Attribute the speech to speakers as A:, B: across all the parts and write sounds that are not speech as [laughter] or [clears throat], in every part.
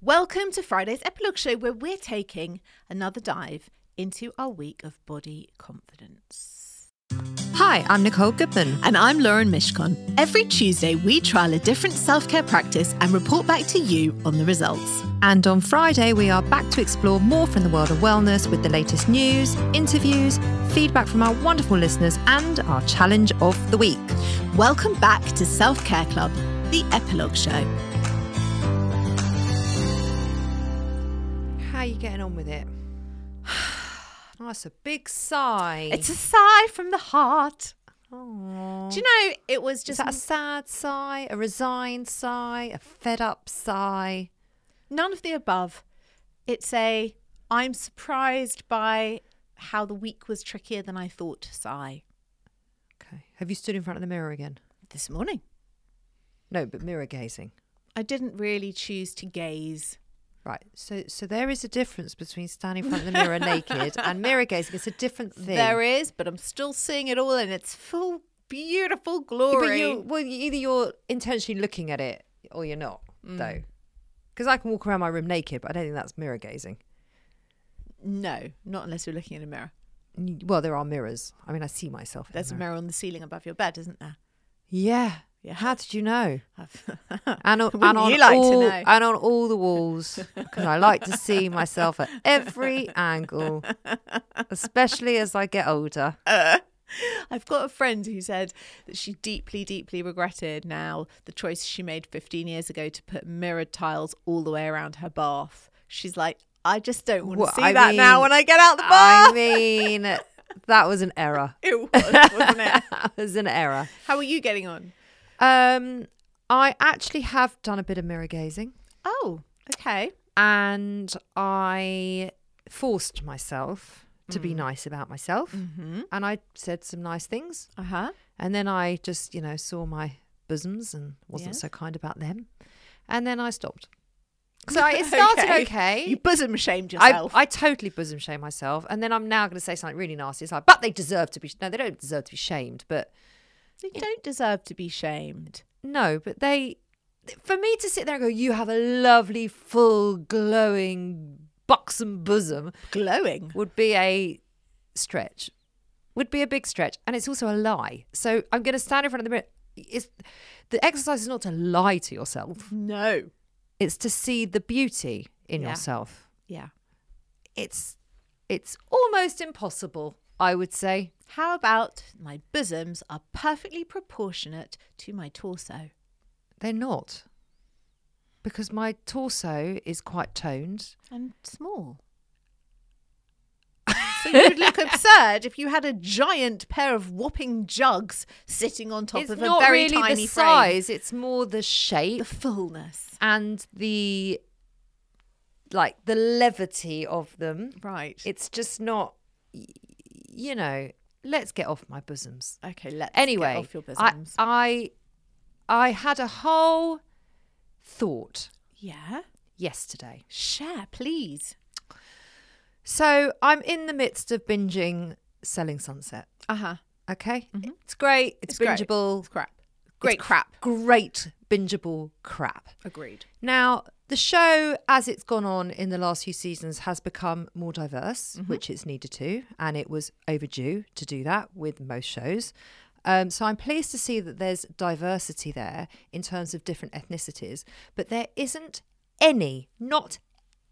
A: Welcome to Friday's Epilogue Show, where we're taking another dive into our week of body confidence.
B: Hi, I'm Nicole Goodman.
A: And I'm Lauren Mishkon. Every Tuesday, we trial a different self care practice and report back to you on the results.
B: And on Friday, we are back to explore more from the world of wellness with the latest news, interviews, feedback from our wonderful listeners, and our challenge of the week.
A: Welcome back to Self Care Club, the Epilogue Show.
B: How are you getting on with it? [sighs] That's a big sigh.
A: It's a sigh from the heart.
B: Aw.
A: Do you know, it was
B: Is
A: just.
B: that a sad sigh, a resigned sigh, a fed up sigh?
A: None of the above. It's a I'm surprised by how the week was trickier than I thought sigh
B: Okay. Have you stood in front of the mirror again?
A: this morning.
B: No, but mirror gazing.
A: I didn't really choose to gaze.
B: Right. So so there is a difference between standing in front of the mirror naked
A: [laughs]
B: and mirror gazing. It's a different thing.
A: There is, but I'm still seeing it all in its full beautiful
B: Yeah,
A: glory.
B: But you, well, you- either you're intentionally looking at it or you're not,
A: Mm.
B: though. Because I can walk around my room naked, but I don't think that's mirror gazing.
A: No, not unless you're looking in a mirror.
B: N- Well, there are mirrors. I mean, I see myself. In
A: There's
B: the
A: a
B: mirror.
A: mirror on the ceiling above your bed, isn't there?
B: Yeah.
A: Yeah.
B: How did you know?
A: I've- [laughs]
B: And on,
A: Wouldn't
B: and on
A: you like to
B: all,
A: know?
B: and on all
A: [laughs]
B: the walls, because I like to see myself at every angle, especially as I
A: [laughs]
B: get older.
A: I've got a friend who said that she deeply, deeply regretted now the choice she made 15 years ago to put mirrored tiles all the way around her bath. She's like, I just don't want
B: Well,
A: to see
B: I
A: that now
B: mean-
A: when I get out the bath. [laughs]
B: I mean, that was an error.
A: it was, wasn't
B: [laughs]
A: it?
B: that was an error.
A: How are you getting on?
B: Um, I actually have done a bit of mirror gazing.
A: Oh, okay.
B: and I forced myself to
A: Mm.
B: be nice about myself.
A: Mm-hmm.
B: And I said some nice things.
A: Uh huh.
B: And then I just, you know, saw my bosoms and wasn't
A: Yeah.
B: so kind about them. And then I stopped. So
A: [laughs]
B: I- it started okay.
A: You bosom shamed
B: I,
A: yourself.
B: I totally bosom shame myself. And then I'm now going to say something really nasty. It's like, but they deserve to be, sh-" no, they don't deserve to be shamed. But
A: you don't deserve to be shamed.
B: No, but they, for me to sit there and go, you have a lovely, full, glowing, buxom bosom
A: Glowing.
B: would be a stretch, would be a big stretch. And it's also a lie. So I'm going to stand in front of the mirror. It's, the exercise is not to lie to yourself,
A: No.
B: it's to see the beauty in
A: Yeah.
B: yourself.
A: Yeah.
B: It's, it's almost impossible, I would say.
A: How about my bosoms are perfectly proportionate to my torso?
B: They're not. Because my torso is quite toned
A: and small. so you'd [laughs] look absurd if you had a giant pair of whopping jugs sitting on top
B: it's
A: of
B: not
A: a very
B: really
A: tiny
B: the
A: frame.
B: size it's more the shape
A: The fullness.
B: and the like the levity of them
A: Right.
B: it's just not y- you know let's get off my bosoms
A: okay, let's get
B: anyway
A: off your
B: I,
A: bosoms.
B: I i had a whole thought
A: yeah.
B: yesterday
A: Share, please.
B: so i'm in the midst of binging selling sunset
A: Uh-huh.
B: okay it's great
A: It's
B: it's,
A: great.
B: bingeable
A: It's crap. Great
B: It's
A: crap.
B: great bingeable crap
A: Agreed.
B: Now, the show, as it's gone on in the last few seasons, has become more diverse, which it's needed to, and it was overdue to do that with most shows. Um, so I'm pleased to see that there's diversity there in terms of different ethnicities, but there isn't any, not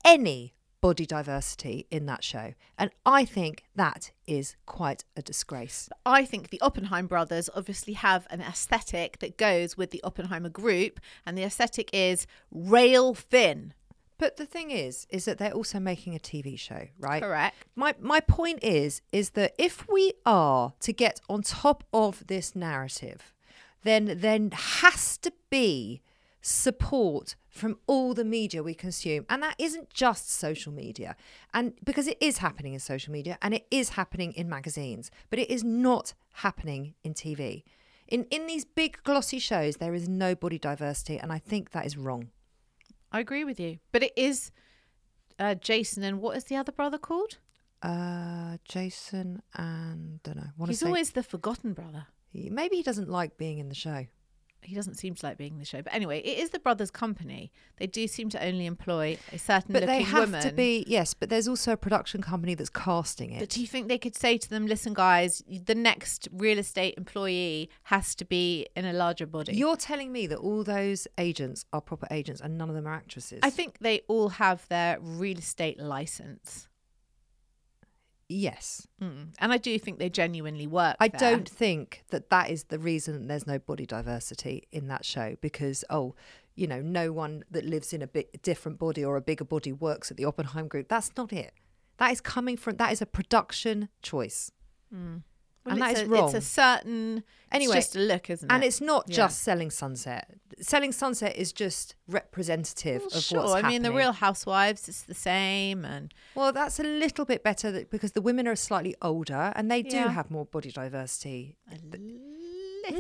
B: any body diversity in that show. And I think that is quite a disgrace.
A: I think the Oppenheim brothers obviously have an aesthetic that goes with the Oppenheimer group, and the aesthetic is rail thin.
B: But the thing is, is that they're also making a TV show, right?
A: Correct.
B: My my point is is that if we are to get on top of this narrative, then then has to be support from all the media we consume and that isn't just social media and because it is happening in social media and it is happening in magazines but it is not happening in TV in in these big glossy shows there is no body diversity and I think that is wrong
A: I agree with you. But it is uh, Jason and what is the other brother called?
B: uh Jason and don't know
A: He's always the forgotten brother.
B: He- Maybe he doesn't like being in the show.
A: he doesn't seem to like being in the show. But anyway, it is the brothers' company. They do seem to only employ a certain
B: But
A: looking
B: they have
A: woman.
B: to be yes. But there's also a production company that's casting
A: But
B: it.
A: do you think they could say to them, listen, guys, the next real estate employee has to be in a larger body?
B: You're telling me that all those agents are proper agents and none of them are actresses.
A: I think they all have their real estate license.
B: yes.
A: Mm. And I do think they genuinely work.
B: I
A: there.
B: don't think that that is the reason there's no body diversity in that show because oh, you know, no one that lives in a bit different body or a bigger body works at the Oppenheim Group. That's not it. That is coming from that is a production choice.
A: Hmm. Well,
B: and that
A: it's
B: is
A: a,
B: wrong.
A: It's a certain.
B: Anyway,
A: it's just a look, isn't it?
B: and it's not
A: Yeah.
B: just selling sunset. Selling sunset is just representative
A: Well,
B: of
A: sure.
B: what's
A: I mean,
B: happening.
A: the Real Housewives, it's the same, and
B: Well, that's a little bit better that, because the women are slightly older and they do
A: Yeah.
B: have more body diversity.
A: a little,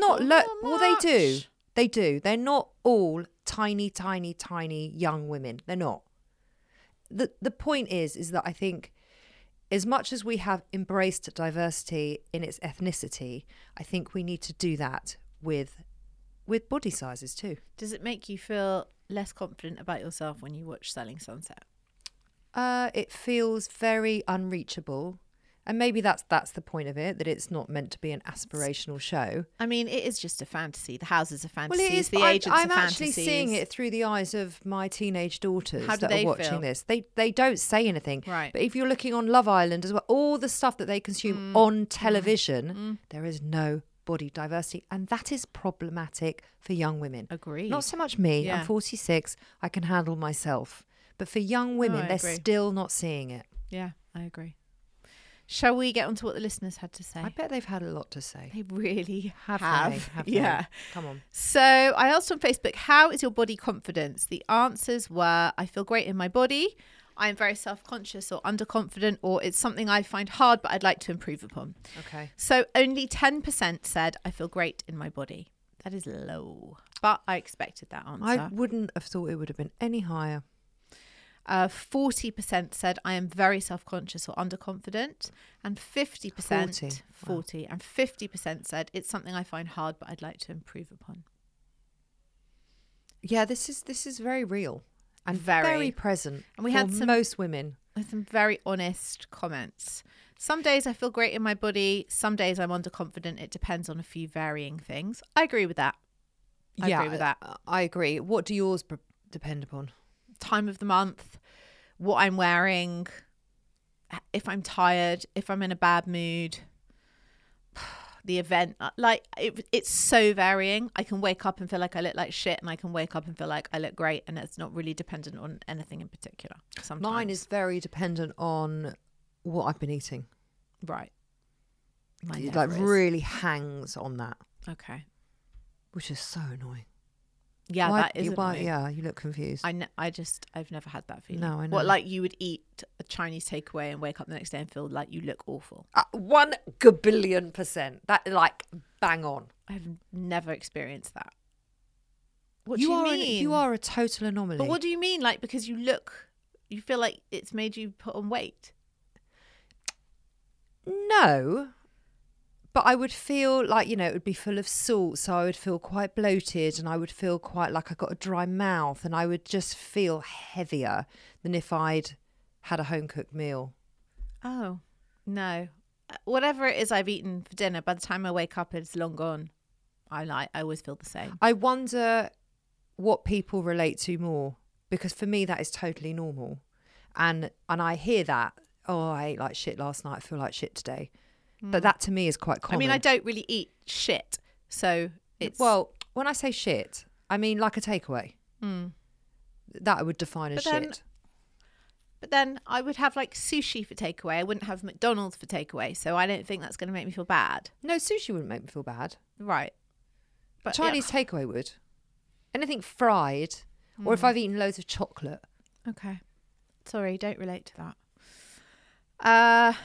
B: Not lo- well, they do.
A: much.
B: They do. They're not all tiny, tiny, tiny young women. They're not. the The point is, is that I think, as much as we have embraced diversity in its ethnicity, I think we need to do that with, with body sizes too.
A: Does it make you feel less confident about yourself when you watch Selling Sunset?
B: Uh, it feels very unreachable, and maybe that's that's the point of it that it's not meant to be an aspirational show.
A: I mean, it is just a fantasy. The houses are
B: Well,
A: fantasies.
B: it is.
A: The
B: but I'm,
A: agents
B: I'm
A: are
B: actually
A: fantasies.
B: seeing it through the eyes of my teenage daughters
A: How do
B: that
A: they
B: are watching
A: feel?
B: this. They they don't say anything,
A: Right.
B: But if you're looking on Love Island as well, all the stuff that they
A: Mm.
B: consume on television, there is no body diversity, and that is problematic for young women.
A: Agreed.
B: Not so much me.
A: Yeah.
B: I'm 46. I can handle myself. But for young women,
A: I
B: they're
A: agree.
B: still not seeing it.
A: yeah, I agree. Shall we get on to what the listeners had to say?
B: I bet they've had a lot to say.
A: They really have.
B: they?
A: [laughs]
B: Have they?
A: yeah.
B: Come on.
A: So I asked on Facebook, how is your body confidence? The answers were, I feel great in my body. I am very self conscious or underconfident, or it's something I find hard, but I'd like to improve upon.
B: Okay.
A: So only 10% said, I feel great in my body. That is low, but I expected that
B: I
A: answer.
B: wouldn't have thought it would have been any higher.
A: Uh, 40% said, I am very self conscious or underconfident. And 50%,
B: 40,
A: 40,
B: wow.
A: and 50% said, it's something I find hard, but I'd like to improve upon.
B: Yeah, this is this is very real and very,
A: Very.
B: present.
A: And we
B: for
A: had some-
B: most women.
A: with some very honest comments. Some days I feel great in my body. Some days I'm underconfident. It depends on a few varying things. I agree with that. uh, I agree with that.
B: I- I agree. What do yours pre- depend upon?
A: Time of the month, what I'm wearing, if I'm tired, if I'm in a bad mood, [sighs] the event. uh, Like it, it's so varying. I can wake up and feel like I look like shit, and I can wake up and feel like I look great, and it's not really dependent on anything in particular. Sometimes
B: Mine is very dependent on what I've been eating.
A: right. Mine
B: It like
A: never is.
B: really hangs on that,
A: okay.
B: which is so annoying.
A: Yeah,
B: Why-
A: that is
B: why-
A: annoying.
B: Yeah, you look confused.
A: I, ne- I just I've never had that feeling.
B: No, I know.
A: What like you would eat a Chinese takeaway and wake up the next day and feel like you look awful.
B: Uh, one gabillion percent. That like bang on.
A: I've never experienced that. What
B: you
A: do you
B: are an-
A: mean?
B: you are a total anomaly.
A: But what do you mean? Like because you look, you feel like it's made you put on weight.
B: No. But I would feel like, you know, it would be full of salt. So I would feel quite bloated and I would feel quite like I got a dry mouth and I would just feel heavier than if I'd had a home cooked meal.
A: Oh no, Uh, whatever it is I've eaten for dinner, by the time I wake up, it's long gone. I like I always feel the same.
B: I wonder what people relate to more because for me, that is totally normal. And, and I hear that, oh, I ate like shit last night. I feel like shit today. But that to me is quite
A: Hmm.
B: common.
A: I mean, I don't really eat shit, so it's
B: Well, when I say shit, I mean like a takeaway. That I would define as
A: Hmm. But then-
B: shit.
A: But then I would have like sushi for takeaway. I wouldn't have McDonald's for takeaway. So I don't think that's going to make me feel bad.
B: No, sushi wouldn't make me feel bad.
A: Right. But yeah.
B: Chinese takeaway would. Anything fried,
A: Hmm.
B: or if I've eaten loads of chocolate.
A: Okay. Sorry, don't relate to that. Uh,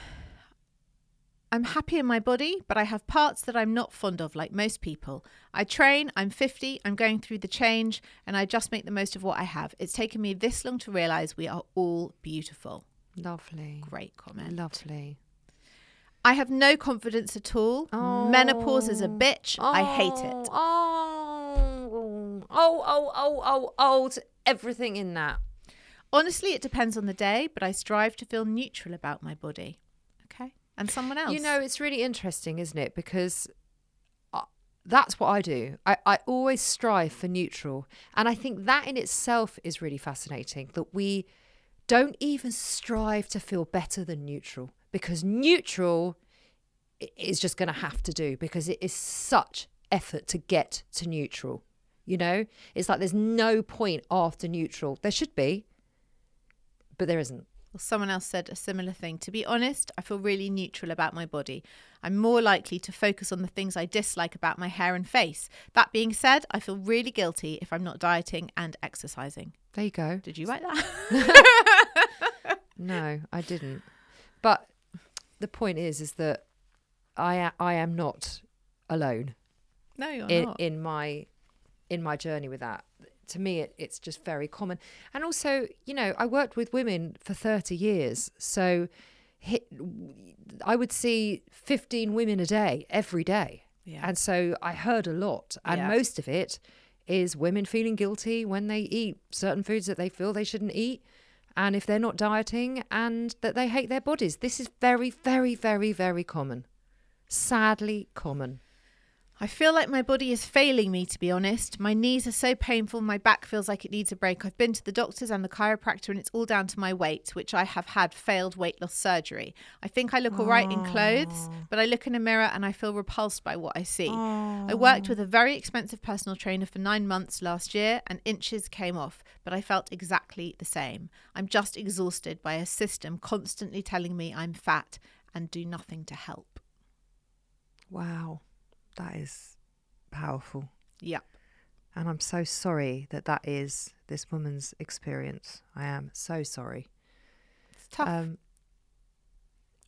A: I'm happy in my body, but I have parts that I'm not fond of, like most people. I train, I'm 50, I'm going through the change, and I just make the most of what I have. It's taken me this long to realize we are all beautiful.
B: Lovely.
A: Great comment.
B: Lovely.
A: I have no confidence at all. Menopause is a bitch. I hate it.
B: Oh, oh, oh, oh, oh, oh to everything in that.
A: Honestly, it depends on the day, but I strive to feel neutral about my body. Okay. And someone else.
B: You know, it's really interesting, isn't it? Because I- that's what I do. I, I always strive for neutral. And I think that in itself is really fascinating that we don't even strive to feel better than neutral because neutral i- is just going to have to do because it is such effort to get to neutral. You know, it's like there's no point after neutral. There should be, but there isn't.
A: Well, someone else said a similar thing. To be honest, I feel really neutral about my body. I'm more likely to focus on the things I dislike about my hair and face. That being said, I feel really guilty if I'm not dieting and exercising.
B: There you go.
A: Did you write that? [laughs]
B: No, I didn't. But the point is, is that I I am not alone
A: no, you're
B: in,
A: not.
B: in my in my journey with that. To me, it, it's just very common. And also, you know, I worked with women for thirty years, so hi- I would see fifteen women a day every day,
A: Yeah.
B: and so I heard a lot, and
A: Yeah.
B: most of it is women feeling guilty when they eat certain foods that they feel they shouldn't eat and if they're not dieting and that they hate their bodies this is very very very very common sadly common
A: I feel like my body is failing me, to be honest. My knees are so painful, my back feels like it needs a break. I've been to the doctors and the chiropractor, and it's all down to my weight, which I have had failed weight loss surgery. I think I look all right in clothes, but I look in a mirror and I feel repulsed by what I see. I worked with a very expensive personal trainer for nine months last year, and inches came off, but I felt exactly the same. I'm just exhausted by a system constantly telling me I'm fat and do nothing to help.
B: wow that is powerful
A: Yep.
B: and i'm so sorry that that is this woman's experience i am so sorry
A: It's tough.
B: Um,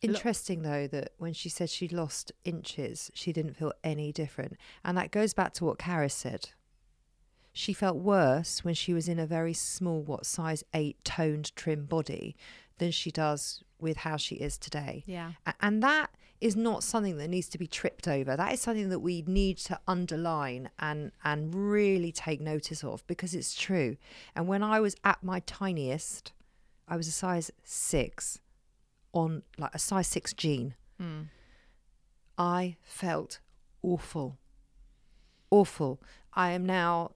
A: Lo-
B: interesting though that when she said she lost inches, she didn't feel any different, and that goes back to what Karis said. She felt worse when she was in a very small, what size eight toned trim body, than she does with how she is today.
A: yeah.
B: A- And that is not something that needs to be tripped over. That is something that we need to underline and and really take notice of because it's true. And when I was at my tiniest, I was a size 6 on like a size 6 jean. I felt awful. Awful. I am now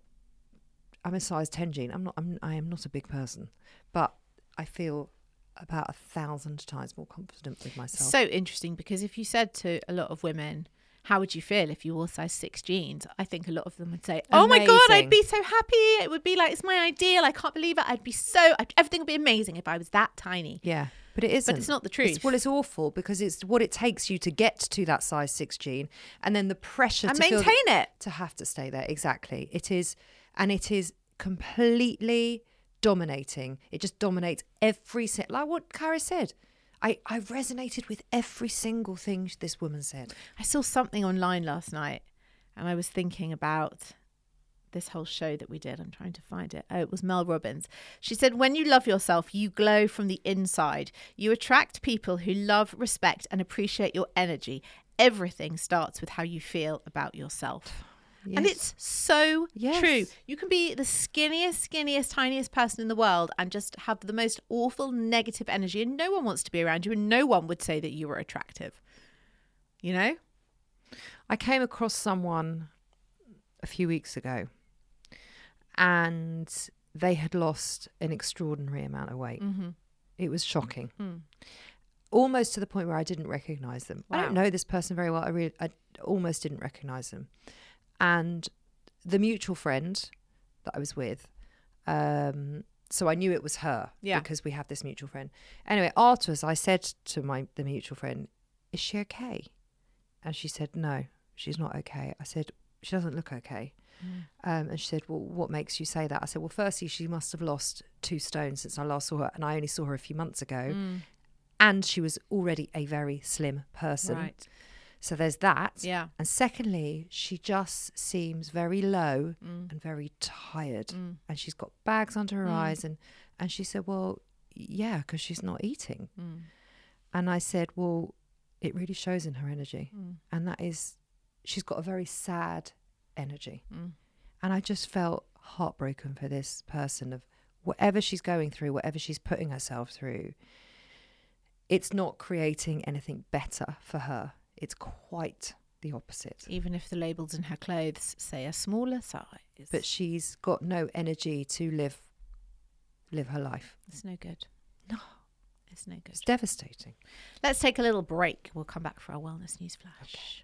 B: I'm a size 10 jean. I'm not I'm, I am not a big person, but I feel about a thousand times more confident with myself.
A: So interesting because if you said to a lot of women, how would you feel if you wore size six jeans? I think a lot of them would say, "Oh my god, I'd
B: Amazing.
A: be so happy! It would be like it's my ideal. I can't believe it. I'd be so I'd, everything would be amazing if I was that tiny."
B: Yeah, but it isn't.
A: not the
B: It's-
A: truth.
B: well, it's awful because it's what it takes you to get to that size six gene, and then the pressure
A: And
B: to feel-
A: maintain it.
B: to have to stay there. Exactly, it is, and it is completely dominating. It just dominates every si- like what Kara said. I, I resonated with every single thing this woman said.
A: I saw something online last night, and I was thinking about this whole show that we did. I'm trying to find it. Oh, it was Mel Robbins. She said, When you love yourself, you glow from the inside. You attract people who love, respect, and appreciate your energy. Everything starts with how you feel about yourself. And
B: Yes.
A: it's so
B: Yes.
A: true. You can be the skinniest, skinniest, tiniest person in the world and just have the most awful negative energy, and no one wants to be around you, and no one would say that you were attractive. You know?
B: I came across someone a few weeks ago and they had lost an extraordinary amount of weight.
A: Mm-hmm.
B: It was shocking.
A: Mm.
B: Almost to the point where I didn't recognize them. I don't
A: Wow.
B: know this person very well. I really I almost didn't recognize them. And the mutual friend that I was with um so I knew it was her
A: Yeah.
B: because we have this mutual friend. Anyway, afterwards I said to my the mutual friend, "Is she okay?" And she said, No, she's not okay. I said, She doesn't look okay.
A: Mm.
B: Um, and she said, Well, what makes you say that? I said, Well, firstly, she must have lost two stones since I last saw her. And I only saw her a few months ago.
A: Mm.
B: And she was already a very slim person.
A: Right.
B: So there's that.
A: Yeah.
B: And secondly, she just seems very low and very tired. And she's got bags under her eyes. And, and she said, Well, yeah, because she's not eating. And I said, Well, it really shows in her energy. And that is, she's got a very sad energy. And I just felt heartbroken for this person of whatever she's going through, whatever she's putting herself through. It's not creating anything better for her. It's quite the opposite.
A: Even if the labels in her clothes say a smaller size,
B: But she's got no energy to live live her life.
A: it's no good.
B: No.
A: It's no good.
B: It's devastating.
A: Let's take a little break. We'll come back for our wellness news flash.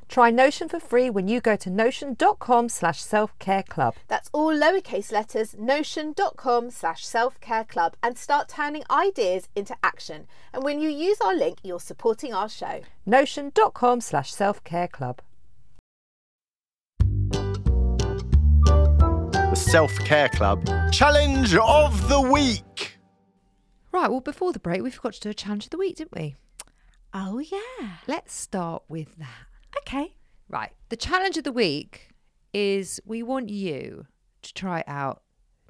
B: Try Notion for free when you go to notion.com slash self care club.
C: That's all lowercase letters, notion.com slash self care club, and start turning ideas into action. And when you use our link, you're supporting our show.
B: Notion.com slash self care club.
D: The Self Care Club Challenge of the Week.
B: Right, well, before the break, we forgot to do a challenge of the week, didn't we?
A: Oh, yeah.
B: Let's start with that.
A: Okay.
B: Right. The challenge of the week is we want you to try out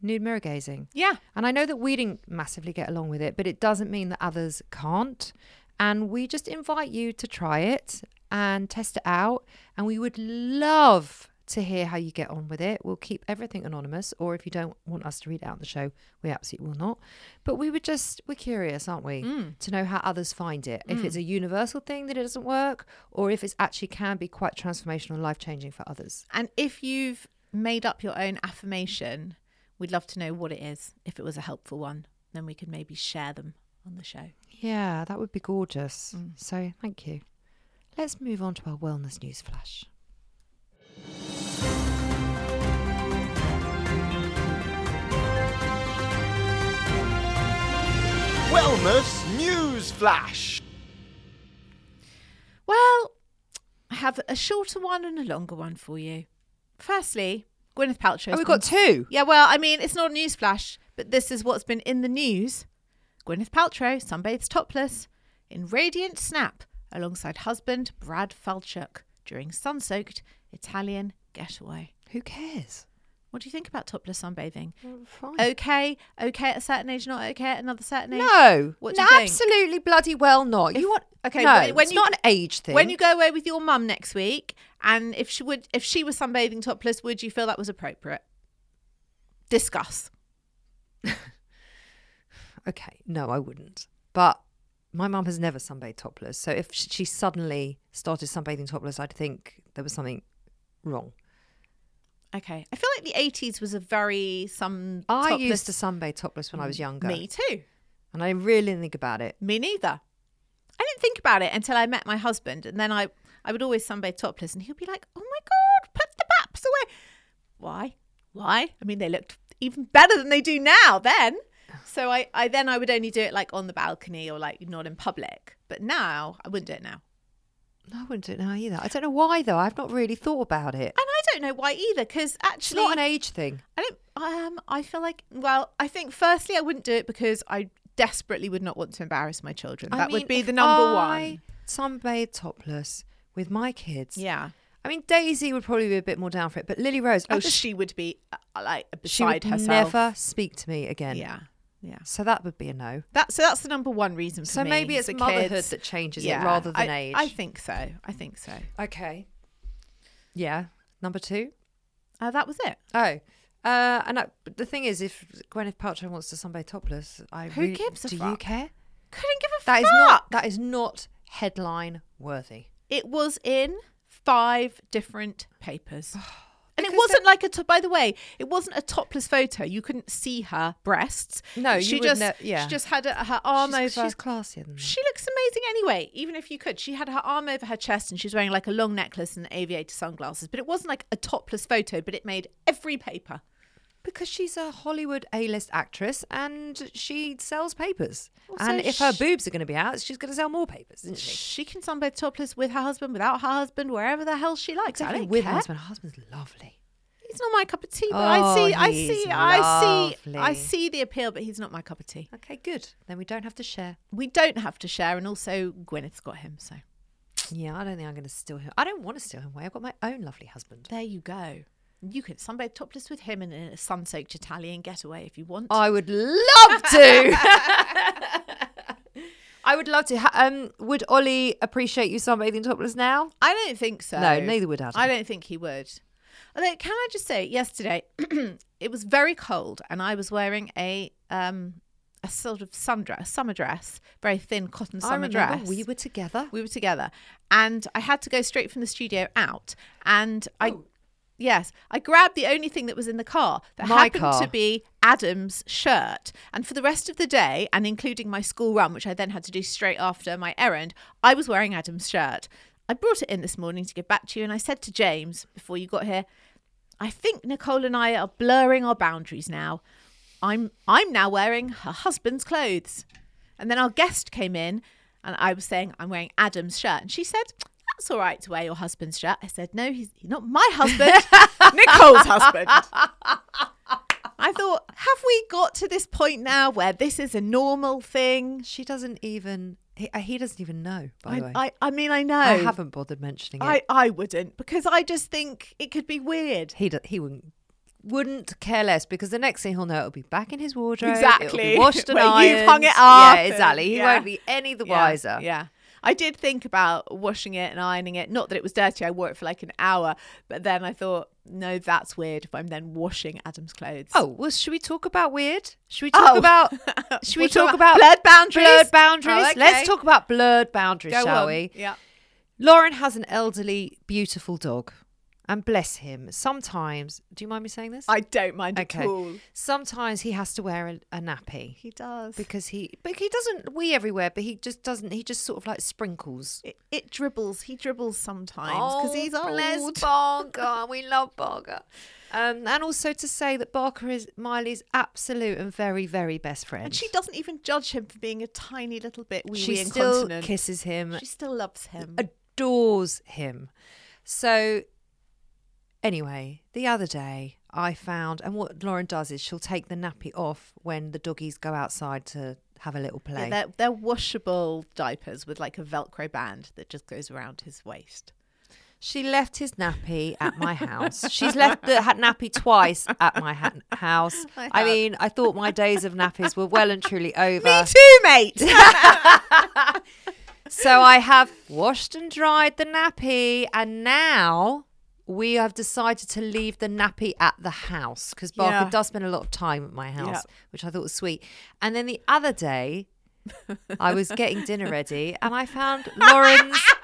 B: nude mirror gazing.
A: Yeah.
B: And I know that we didn't massively get along with it, but it doesn't mean that others can't. And we just invite you to try it and test it out. And we would love to hear how you get on with it. We'll keep everything anonymous, or if you don't want us to read it out on the show, we absolutely will not. But we would just, we're curious, aren't we, to know how others find it. If it's a universal thing that it doesn't work, or if it's actually can be quite transformational and life changing for others.
A: And if you've made up your own affirmation, we'd love to know what it is. If it was a helpful one, then we could maybe share them on the show.
B: Yeah, that would be gorgeous. So thank you. Let's move on to our wellness news flash.
D: Wellness News Flash.
A: Well, I have a shorter one and a longer one for you. Firstly, Gwyneth Paltrow.
B: Oh, we've got two.
A: Yeah, well, I mean, it's not a newsflash, but this is what's been in the news. Gwyneth Paltrow sunbathes topless in radiant snap alongside husband Brad Falchuk during sun-soaked Italian getaway.
B: Who cares? Oh,
A: What do you think about topless sunbathing?
B: Fine.
A: Okay, okay at a certain age, not okay at another certain age.
B: no,
A: What do
B: no,
A: you think?
B: absolutely bloody well not.
A: If-
B: you want
A: okay,
B: No,
A: when- when
B: it's
A: you-
B: not an age thing.
A: When you go away with your mum next week, and if she would, if she was sunbathing topless, would you feel that was appropriate? Discuss.
B: okay, no, I wouldn't. But my mum has never sunbathed topless, so if sh- she suddenly started sunbathing topless, I'd think there was something wrong.
A: Okay, I feel like the eighties was a very some.
B: I
A: topless-
B: used to sunbathe topless when I was younger,
A: Me too.
B: and I really didn't think about it.
A: Me neither. I didn't think about it until I met my husband, and then I I would always sunbathe topless, and he'd be like, "Oh my god, put the baps away." Why? Why? I mean, they looked even better than they do now then. So I, I then I would only do it like on the balcony or like not in public. But now I wouldn't do it now.
B: No, I wouldn't do it now either. I don't know why though. I've not really thought about it.
A: And I don't know why either, because
B: It's
A: actually,
B: not an age thing.
A: I don't. Um, I feel like. Well, I think firstly, I wouldn't do it because I desperately would not want to embarrass my children.
B: I
A: that
B: mean,
A: would be
B: if
A: the number
B: I
A: one.
B: Sunbathed topless with my kids.
A: Yeah.
B: I mean, Daisy would probably be a bit more down for it, but Lily Rose,
A: Oh,
B: I just,
A: she would be uh, like
B: she would
A: beside herself.
B: never speak to me again.
A: Yeah. Yeah.
B: So that would be a no.
A: That so that's the number one reason. For
B: So
A: me,
B: maybe it's
A: the
B: motherhood
A: kids.
B: that changes
A: Yeah,
B: it rather than
A: I-
B: age.
A: I think so. I think so.
B: Okay. Yeah. Number two.
A: Uh, that was it.
B: Oh. Uh, and I, but the thing is, if Gwyneth Paltrow wants to sunbathe topless, I
A: Who
B: really-
A: gives a
B: do you
A: fuck?
B: care?
A: Couldn't give a
B: That
A: fuck.
B: is not that is not headline worthy. [sighs]
A: It was in five different papers. And it
B: Because
A: wasn't like a. To- by the way, it wasn't a topless photo. You couldn't see her breasts.
B: No, you
A: she
B: would
A: just
B: ne- yeah.
A: she just had a, her arm
B: she's,
A: over.
B: she's classy. isn't she?
A: she looks amazing anyway. Even if you could, she had her arm over her chest and she was wearing like a long necklace and aviator sunglasses. But it wasn't like a topless photo. But it made every paper.
B: Because she's a Hollywood A-list actress and she sells papers.
A: Also,
B: and if her
A: sh-
B: boobs are going to be out, she's going to sell more papers, isn't she?
A: She can sunbathe topless with her husband, without her husband, wherever the hell she likes. I
B: Definitely
A: don't
B: with
A: care.
B: her husband. Her husband's lovely.
A: He's not my cup of tea, but
B: Oh,
A: I see, I
B: he's
A: see, I see, I
B: lovely.
A: see the appeal. But he's not my cup of tea.
B: Okay, good. Then we don't have to share.
A: We don't have to share, and also Gwyneth's got him. So
B: Yeah, I don't think I'm going to steal him. I don't want to steal him away. I've got my own lovely husband.
A: there you go. You could sunbathe topless with him in a sun-soaked Italian getaway if you want.
B: I would love [laughs] to. I would love to. Ha- Um, would Ollie appreciate you sunbathing topless now?
A: I don't think so.
B: No, neither would Adam.
A: I don't think he would. Although, can I just say, yesterday [clears throat] it was very cold, and I was wearing a um a sort of sundress, a summer dress, very thin cotton
B: I
A: summer
B: remember
A: dress.
B: we were together.
A: we were together and i had to go straight from the studio out and i
B: Oh.
A: yes i grabbed the only thing that was in the car that
B: My
A: happened
B: car.
A: to be adam's shirt and for the rest of the day and including my school run which i then had to do straight after my errand i was wearing adam's shirt i brought it in this morning to give back to you and i said to james before you got here i think nicole and i are blurring our boundaries now i'm i'm now wearing her husband's clothes and then our guest came in and I was saying, I'm wearing Adam's shirt. And she said, That's all right to wear your husband's shirt. I said, No, he's he's not my
B: [laughs]
A: husband, Nicole's husband. I thought, Have we got to this point now where this is a normal thing?
B: She doesn't even. He, uh, he doesn't even know. By the way,
A: I, I, I mean, I know.
B: I haven't bothered mentioning it.
A: I, I wouldn't because I just think it could be weird.
B: he do, he wouldn't wouldn't care less because the next thing he'll know it'll be back in his wardrobe. it'll be
A: Exactly. [laughs]
B: washed and
A: Where you've
B: ironed.
A: hung it up
B: Yeah,
A: and-
B: exactly. He
A: yeah.
B: won't be any the
A: Yeah,
B: wiser.
A: Yeah. I did think about washing it and ironing it. Not that it was dirty. I wore it for like an hour. But then I thought, no, that's weird if I'm then washing Adam's clothes.
B: Oh well, should we talk about weird? Should we talk
A: Oh. [laughs]
B: about? Should we
A: We'll
B: talk
A: talk about
B: about
A: blurred boundaries?
B: Blurred boundaries.
A: Oh, okay.
B: Let's talk about blurred boundaries,
A: Go
B: shall
A: on.
B: we?
A: Yeah.
B: Lauren has an elderly, beautiful dog, and bless him. Sometimes, do you mind me saying this?
A: I don't mind
B: okay.
A: at all.
B: Sometimes he has to wear a, a nappy.
A: He does.
B: because he but he doesn't wee everywhere but he just doesn't he just sort of like sprinkles
A: it, it dribbles. He dribbles sometimes because he's old.
B: Barker we love Barker um, and also to say that Barker is Miley's absolute and very very best friend
A: and she doesn't even judge him for being a tiny little bit wee
B: she
A: wee
B: still
A: incontinent.
B: kisses him
A: she still loves him.
B: adores him so anyway the other day I found and what Lauren does is she'll take the nappy off when the doggies go outside to have a little play
A: Yeah, they're, they're washable diapers with like a Velcro band that just goes around his waist.
B: She left his nappy at my house. She's left the ha- nappy twice at my ha- house.
A: [laughs] I
B: I,
A: have.
B: mean, I thought my days of nappies were well and
A: [laughs]
B: truly over.
A: Me too, mate.
B: So I have washed and dried the nappy, and now we have decided to leave the nappy at the house because Barker
A: Yeah.
B: does spend a lot of time at my house,
A: Yeah.
B: which I thought was sweet. And then the other
A: [laughs]
B: day, I was getting dinner ready, and I found Lauren's
A: [laughs]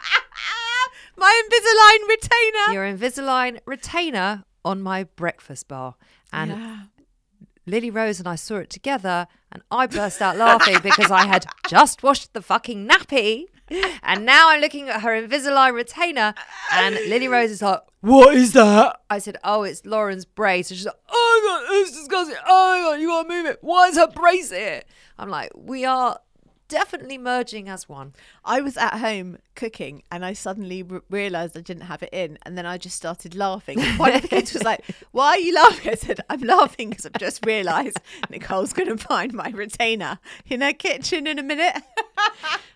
A: My Invisalign retainer.
B: your Invisalign retainer on my breakfast bar, and
A: Yeah.
B: Lily Rose and I saw it together, and I burst out laughing because I [laughs] had just washed the fucking nappy. And now I'm looking at her Invisalign retainer, and Lily Rose is like, What is that? I said, Oh, it's Lauren's brace. And she's like, Oh my God, it's disgusting. Oh my God, you gotta move it. Why is her brace here? I'm like, We are definitely merging as one.
A: I was at home cooking and I suddenly r- realized I didn't have it in. And then I just started laughing. One of the kids was [laughs] like, Why are you laughing? I said, I'm laughing because I've just realized Nicole's going to find my retainer in her kitchen in a minute.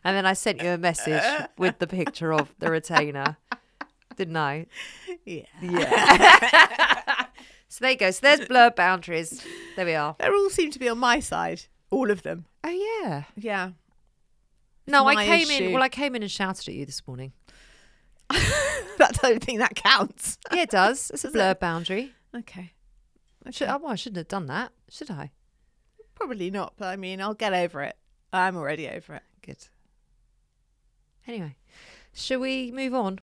B: And then I sent you a [laughs] message with the picture of the retainer, didn't I?
A: [laughs] yeah. [laughs]
B: So there you go. So there's blurred boundaries. There we are.
A: They all seem to be on my side, all of them.
B: Oh, yeah.
A: [laughs] Yeah.
B: No, I
A: my
B: came in.
A: issue.
B: Well, I came in and shouted at you this morning.
A: That, I don't think that counts.
B: Yeah, it does. It's a blur boundary.
A: Okay.
B: Should, oh, well, I shouldn't have done that, should I?
A: Probably not, but I mean, I'll get over it. I'm already over it.
B: Good. Anyway, shall we move on?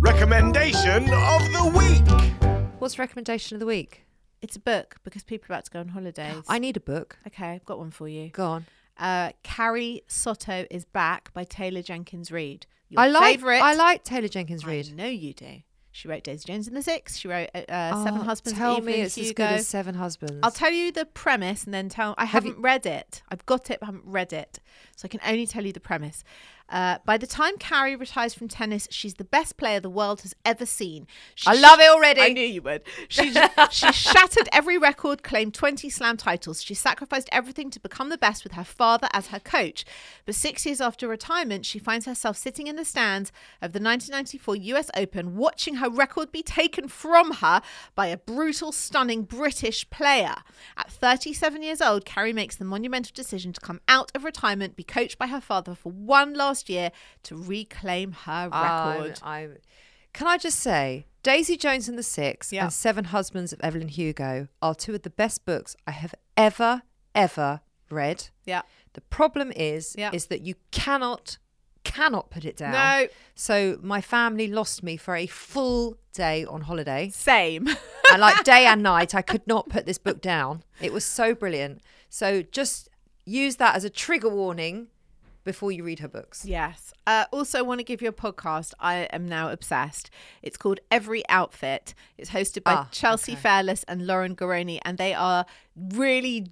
D: Recommendation of the week.
B: What's recommendation of the week?
A: It's a book because people are about to go on holidays.
B: I need a book.
A: okay, I've got one for you.
B: Go on.
A: Uh, Carrie Soto is back by Taylor Jenkins Reid. Your
B: I like.
A: favorite.
B: I like Taylor Jenkins
A: I
B: Reid.
A: know you do. She wrote Daisy Jones and the Six. She wrote uh, uh, Seven
B: Oh,
A: Husbands. of
B: Tell
A: Evelyn
B: me it's as
A: Hugo.
B: good as Seven Husbands.
A: I'll tell you the premise and then tell. I
B: Have
A: haven't
B: you-
A: read it. I've got it, but I haven't read it. So I can only tell you the premise. Uh, by the time Carrie retires from tennis, she's the best player the world has ever seen. She
B: I love it already.
A: I knew you would. She, she shattered every record, claimed 20 slam titles. She sacrificed everything to become the best with her father as her coach. But six years after retirement, she finds herself sitting in the stands of the 1994 US Open, watching her record be taken from her by a brutal, stunning British player. At 37 years old, Carrie makes the monumental decision to come out of retirement, be coached by her father for one last year to reclaim her
B: I'm-
A: record.
B: I'm- Um, can I just say, Daisy Jones and the Six
A: Yeah.
B: and Seven Husbands of Evelyn Hugo are two of the best books I have ever, ever read.
A: yeah.
B: The problem is,
A: Yeah.
B: is that you cannot, cannot put it down.
A: No.
B: So my family lost me for a full day on holiday. [laughs]
A: Same. [laughs]
B: and like day and night, I could not put this book down. It was so brilliant. So just use that as a trigger warning before you read her books.
A: Yes. Uh, also, want to give you a podcast. I am now obsessed. It's called Every Outfit. It's hosted by
B: Ah,
A: Chelsea Fairless and Lauren Garoni, and they are really,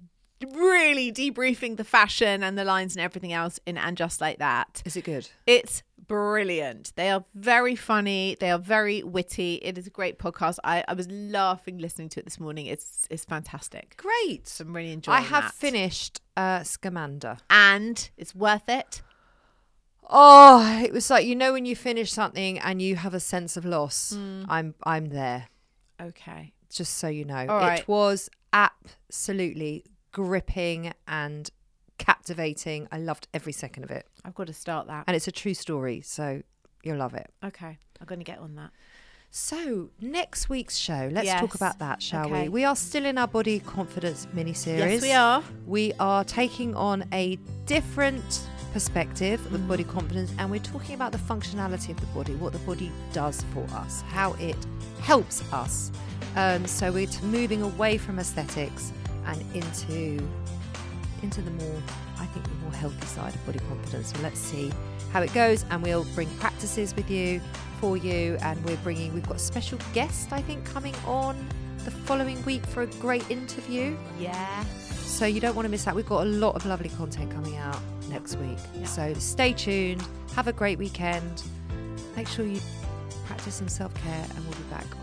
A: really debriefing the fashion and the lines and everything else in And Just Like That.
B: Is it good?
A: It's brilliant. They are very funny. They are very witty. It is a great podcast. I, I was laughing listening to it this morning. It's it's fantastic.
B: Great.
A: So I'm really enjoying.
B: I have
A: that.
B: finished uh, Scamander.
A: and it's worth it.
B: Oh, it was like you know when you finish something and you have a sense of loss.
A: Mm.
B: I'm I'm there.
A: Okay.
B: Just so you know,
A: All right.
B: it was absolutely gripping and captivating. I loved every second of it,
A: I've got to start that.
B: and it's a true story, so you'll love it.
A: Okay, I'm going to get on that.
B: So next week's show, let's
A: Yes.
B: talk about that, shall
A: Okay.
B: we? We are still in our body confidence mini
A: Yes,
B: series.
A: we are.
B: We are taking on a different perspective of body confidence and we're talking about the functionality of the body, what the body does for us, how it helps us. Um, so we're t- moving away from aesthetics and into into the more, I think, the more healthy side of body confidence. So let's see how it goes, and we'll bring practices with you for you. And we're bringing, we've got a special guest, I think, coming on the following week for a great interview.
A: Yeah.
B: So you don't want to miss that. We've got a lot of lovely content coming out next week. So stay tuned. Have a great weekend. Make sure you practice some self care, and we'll be back